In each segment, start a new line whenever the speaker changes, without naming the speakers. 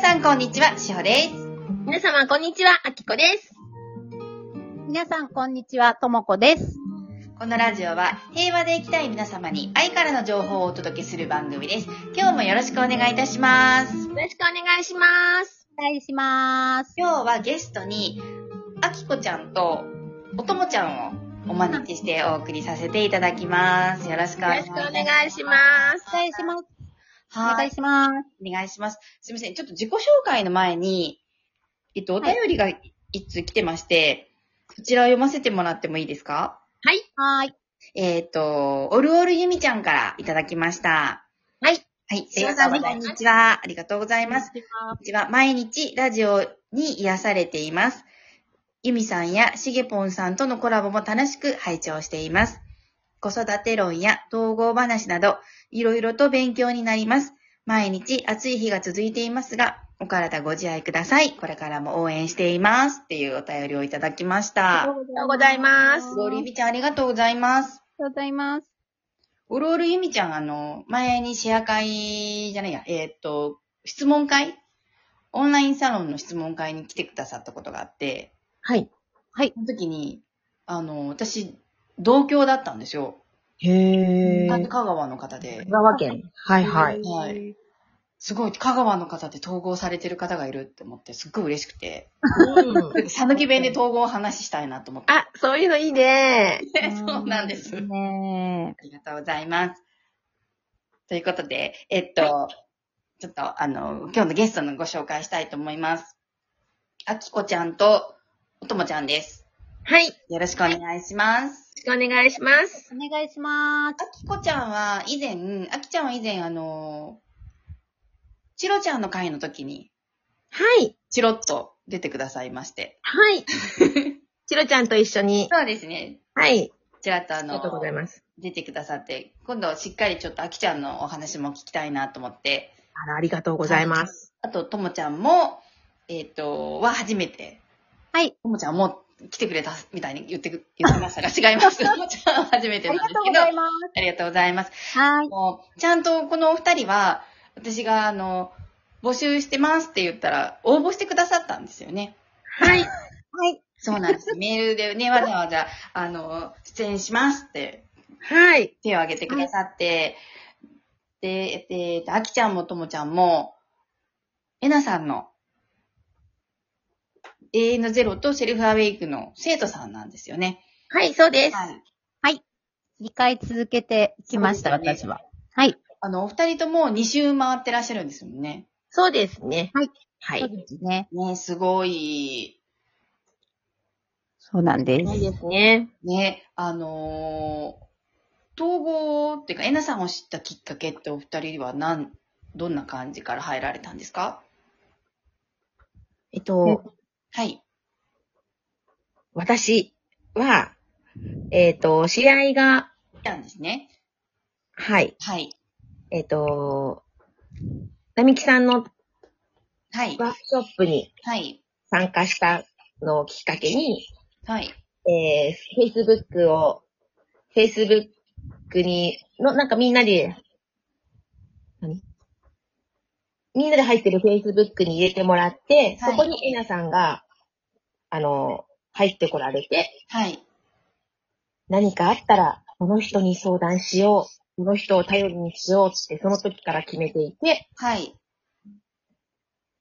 さん、こんにちは。しほです。
皆様、こんにちは。あきこです。
皆さん、こんにちは。ともこです。
このラジオは、平和で生きたい皆様に愛からの情報をお届けする番組です。今日もよろしくお願いいたします。
よろしくお願いします。
お願いします。
今日はゲストに、あきこちゃんと、おともちゃんをお招きしてお送りさせていただきます。よろしくお
よ
願
ろ
い
し
し
くお
ます。
願いしま
お願いします。お
は
願
い
い。します。
お願いします。すみません。ちょっと自己紹介の前に、えっと、お便りが一通来てまして、こちらを読ませてもらってもいいですか
はーい。
えっと、オルオルゆみちゃんからいただきました。
は
は
い。
い。
あり
せい
が
さ
と
ん、
う
こ
ご
ん
ざいます
にちは。ありがとうございます。
お願いしま
こんにちは。毎日ラジオに癒されています。ゆみさんやしげぽんさんとのコラボも楽しく拝聴しています。子育て論や統合話など、いろいろと勉強になります。毎日暑い日が続いていますが、お体ご自愛ください。これからも応援しています。っていうお便りをいただきました。
す。あり
がとうございます
オロールゆみちゃんありがとうございます。
がとうございます。
オロールゆみちゃん、あの、前にシェア会じゃないや、えーっと、質問会オンラインサロンの質問会に来てくださったことがあって、
はい。
その時に、あの、私、同郷だったんですよ。
へ
香。川の方で。
川県。はいはい。
はい。すごい、香川の方で統合されてる方がいるって思って、すっごい嬉しくて。さぬき弁で統合を話したいなと思って。
あ、そういうのいいね。
そうなんです。あ
ね
りがとうございます。ということで、えっと、ちょっと、あの、今日のゲストのご紹介したいと思います。あきこちゃんと、おともちゃんです。
はい。よ
よろしくお願いします。
ろしくお願いします。
え。お願いしま
あ
す。
きこちゃんは以前、あきちゃんは以前、あのー、チロちゃんの会の時に、
はい。
チロっと出てくださいまして。
はい。チロちゃんと一緒に。
そうですね。
はい。
ちらっとあ
ありがとうござい
の、
ます。
出てくださって、今度しっかりちょっとあきちゃんのお話も聞きたいなと思って、
あら、ありがとうございます。
あと、ともちゃんも、えっ、と、は初めて、
はい。
ともちゃんも来てくれたみたいに言ってく、言ってました が、違います。ともちゃんは初めて
あ
なんです
りがとう
け
ご
ど、
ざ
あ
いま
りがとうございます。
す。はーい。
もう、ちゃんとこのお二人は、私が、あの、募集してますって言ったら、応募してくださったんですよね。
はい。
はい。
そうなんです。 メールでね、わざわざ、あの、出演しますって
はい。
手を挙げてくださって、で、えっと、あきちゃんもともちゃんも、えなさんの、永遠のゼロとセルフアウェイクの生徒さんなんですよね。
はい、そうです。
はい。
2回続けてきました、
そうです
私は。はい。
あの、お二人とも2周回ってらっしゃるんですよね。
そうですね。
はい。
は
そう
い。
ですね。
ね、すごい、
そうなんで
そ
す。
うですね。
ね、あのー統合っていうか、えなさんを知ったきっかけってお二人はなん、どんな感じから入られたんですか
えっと、
はい。
私は、えっと、試合が、
来たんですね。
はい。
はい。
えっ、と、並木さんの
はい。
ワークショップに
はい。
参加したのをきっかけに、
はい。
えー、Facebook を、Facebook に、の、なんかみんなで、何みんなで入ってる Facebook に入れてもらって、
はい
そこにえなさんが、あの、入ってこられて、
はい。
何かあったら、この人に相談しよう、この人を頼りにしようって、その時から決めていて、
はい。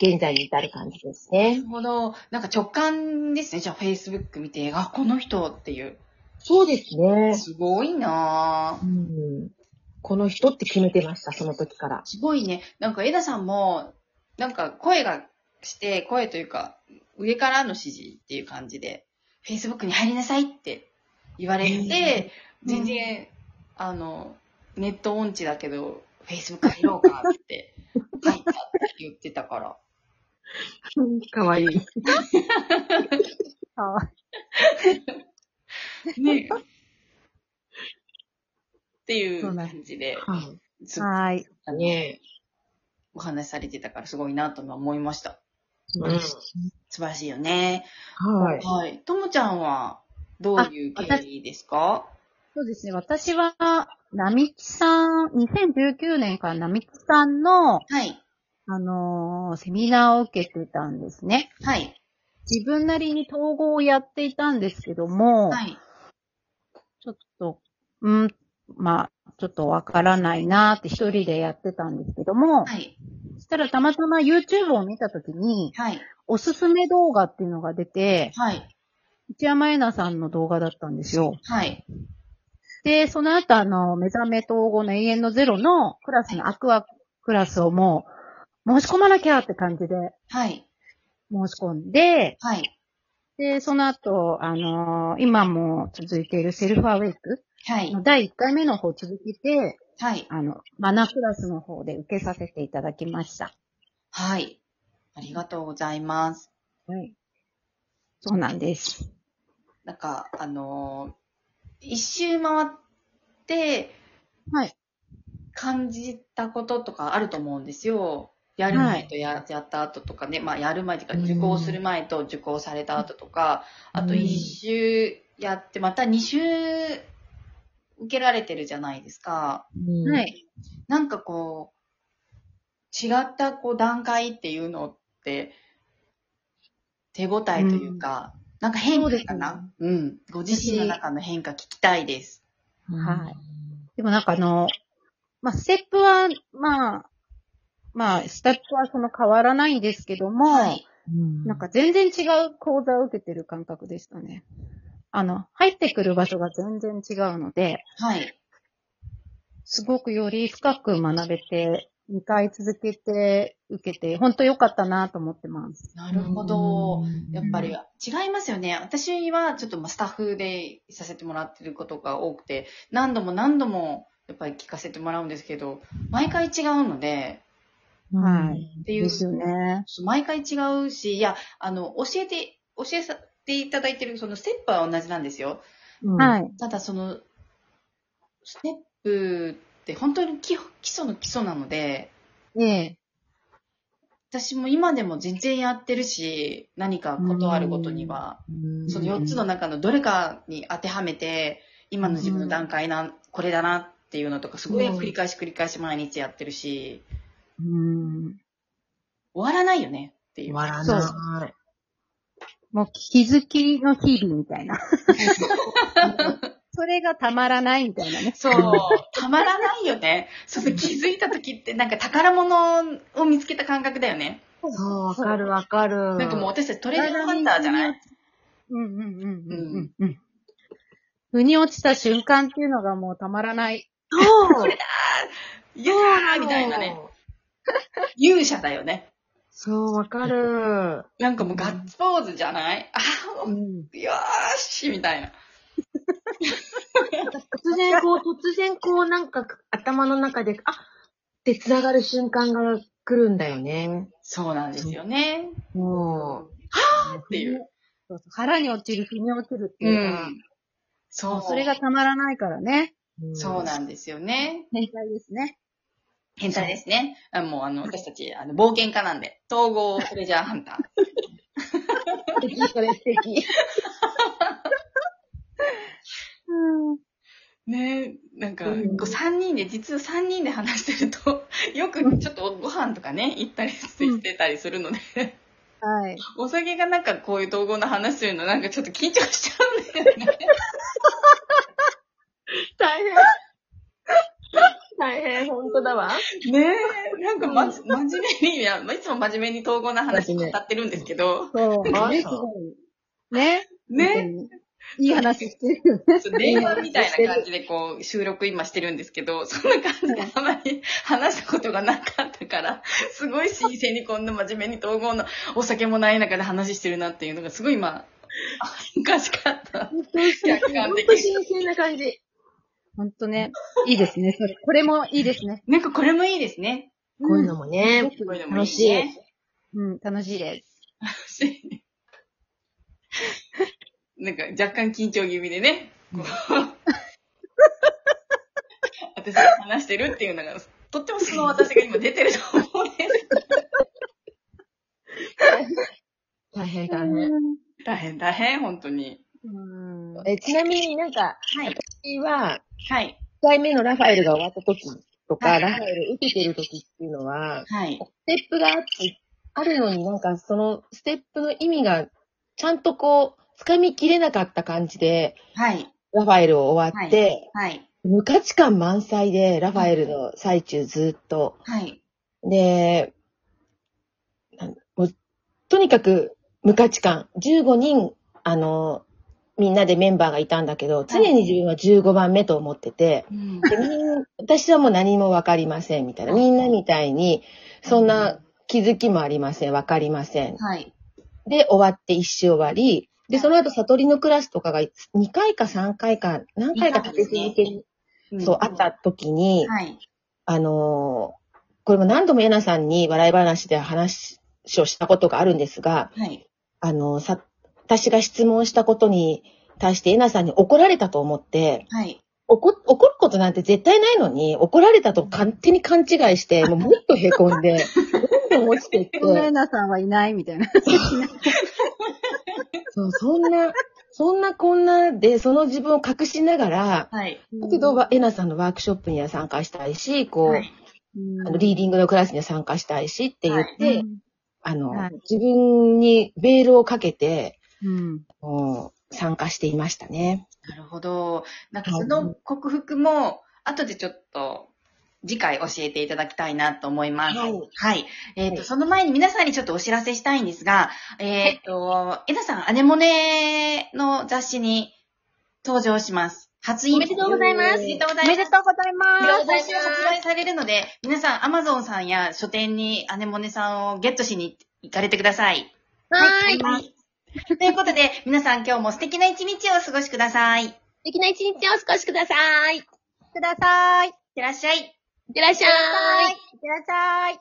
現在に至る感じですね
な。るほど。なんか直感ですね。じゃあ、Facebook 見て、あ、この人っていう。
そうですね。
すごいなぁ。
うんこの人って決めてました、その時から。
すごいね。なんか、えなさんも、なんか声がして、声というか、上からの指示っていう感じで、Facebook に入りなさいって言われて、
うん
全然、あの、ネット音痴だけど、Facebook 入ろうかって、入ったって言ってたから。
かわいい。
あ
ねえってい
そううなん
感じで、
は
す
は
あ
ーい。
い。
の
ね
お話しされてたからすごいなとは思いました。
え。
素晴らしいよね。
はい。
はい。ともちゃんは、どういう経緯ですか
そうですね。私は、並木さん、2019年から並木さん
は
の、
い。
あのーセミナーを受けてたんですね。
はい。
自分なりに統合をやっていたんですけども、
はい。
ちょっと、うん、まあ、ちょっとわからないなーって一人でやってたんですけども、
はい。
そしたらたまたま YouTube を見たときに、
はい。
おすすめ動画っていうのが出て、
はい。
内山えなさんの動画だったんですよ。
はい。
で、その後あの、目覚め統合の永遠のゼロのクラスのアクアクラスをもう、申し込まなきゃって感じで
はい。
申し込んで、
はい。
で、その後、あのー今も続いているセルフアウェイク
はい。
の第1回目の方続けて、
はい。
あの、マナークラスの方で受けさせていただきました。
はい。ありがとうございます。
はい。そうなんです。
なんか、あのー一周回って
はい。
感じたこととかあると思うんですよ。やる前とや,、やった後とかね、まあやる前というか、
うん
受講する前と受講された後とか、あと
うん
一周やって、また二周受けられてるじゃないですか。
は
はい。
い。
なんかこう、違ったこう段階っていうのって、手応えというか、なんか変化かなう,、ん。ご自身の中の変化聞きたいです。
はいでもなんかあの、まあ、ステップは、まあ、まあ、ステップはその変わらないんですけども、
はい。
なんか全然違う講座を受けてる感覚でしたね。あの、入ってくる場所が全然違うので、
はい。
すごくより深く学べて、2回続けて受けて、本当良かったなと思ってます。
なるほど。やっぱり
うん
違いますよね。私はちょっとまあスタッフでさせてもらってることが多くて、何度も何度もやっぱり聞かせてもらうんですけど、毎回違うので、
はい
っていう
ですよね。
そう毎回違うし、いや、あの、教えて、教えさていただいてる、そのステップは同じなんですよ。
うん
はい。
ただ、その、ステップって本当に基基礎の基礎なので、
ええ。
私も今でも全然やってるし、何かことあることには、
うん
その4つの中のどれかに当てはめて、今の自分の段階な、これだなっていうのとか、すごい
うん
繰り返し繰り返し毎日やってるし、
うん。
終わらないよねっていう。
笑わ
そう
ない。
もう気づきの日々みたいな。それがたまらないみたいなね。
そう、たまらないよね。その気づいた時ってなんか宝物を見つけた感覚だよね。
そう、わかるわかる。
なんかもう私たちトレーニングハンターじゃない
うんうんうんうんうんうん。腑に落ちた瞬間っていうのがもうたまらない。
そう、
いやーみたいなね。。勇者だよね。
そう、わかる。
なんかもうガッツポーズじゃないあ
うん
ー、よーしみたいな。
突然こう、突然こう、なんか頭の中で、あって繋がる瞬間が来るんだよね。
そうなんですよね。
も
っていう。
そうそう腹に落ちる、腑に落ちるって
う
いうのは、
ん。そう。
それが、たまらないからね。
う。
そう
だ。
なんですよね。
変態ですね。
変態ですね。あもうあの、私たち、あの、冒険家なんで、統合トレジャーハンター。
素敵、それ素敵。
うん。
ねえ、なんか、
うん
こう3人で、実は3人で話してると、 よくちょっとご飯とかね、行ったりしてたりするので、
はい。
お酒がなんかこういう統合の話するの、なんかちょっと緊張しちゃうんだよね。
大変。 大変、本当だわ。
ねえ、なんかま、真面目に、いや、まあいつも真面目に統合の話語ってるんですけど、
そう。
あ
ね、す
そう
ごい。ね。
ね
本当にいい話してるよね。
え、ちょっと電話みたいな感じでこう、収録今してるんですけど、そんな感じであまり話したことがなかったから、すごい新鮮にこんな真面目に統合のお酒もない中で話してるなっていうのが、すごい今、おかしかった。
本当素敵
客観
本
的
当新鮮な感じ。
ほんとね。いいですね。それ。これもいいですね。
なんかこれもいいですね。
こういうのもね、
こういうのもい
楽
い
しい。
ね。
うん、楽しいです。
楽しい。なんか若干緊張気味でね、 こう私が話してるっていうのが、とってもその私が今出てると思うんです。
大変、大変。
大変大変、本当に。
うん。
えちなみになんか、
はい。
私は、
はい。
1回目のラファエルが終わった時とか、
はい
ラファエル受けてる時っていういうのは、
はい。
ステップがあって、あるのになんかそのステップの意味が、ちゃんとこう、掴みきれなかった感じで、
はい。
ラファエルを終わって、
はい。
無価値観満載で、ラファエルの最中ずっと。
はい。
で、なんもうとにかく無価値観。15人、あの、みんなでメンバーがいたんだけど、常に自分は15番目と思ってて、
うん
でみん私はもう何もわかりません、みたいな。みんなみたいに、そんな気づきもありません、わかりません。
はい。
で、終わって一周終わり、で、その後悟りのクラスとかが2回か3回か、何回か立て続けに、
ん
そう、あった。時に、
はい。
あのーこれも何度もエナさんに笑い話で話をしたことがあるんですが、
はい。
あのーさ、私が質問したことに対してエナさんに怒られたと思って、
はい。
怒、怒ることなんて絶対ないのに、怒られたと勝手に勘違いして、もうもっと凹んで、どんどん落ちていって、
こんなエナさんはいないみたいな。
そうそんな、そんなこんなで、その自分を隠しながら、
はい。
だけど、エナさんのワークショップには参加したいし、こう、
はい。
うん、
あのリーディングのクラスには参加したいしって言って、
うん、
あの、
はい
自分にベールをかけて、
うん。
もう参加していましたね。
なるほど。なんかその克服も、後でちょっと、次回教えていただきたいなと思います。
はい
はい。えっ、と、
はい
その前に皆さんにちょっとお知らせしたいんですが、えっ、と、えなさん、アネモネの雑誌に登場します。初イン
おめでとうございます
おめでとうござい
お
ま
め
す
で。とうござい
い
ま
ろい
す。
ろ最新発売されるので、皆さん、アマゾンさんや書店にアネモネさんをゲットしに行かれてください。
はーい。素
はい。ということで、皆さん今日も素敵な一日をお過ごしください。いっ
敵な一日をお過ごしください。いっ
ください。いって
らっしゃい。
てらっしゃい。
てらっしゃい。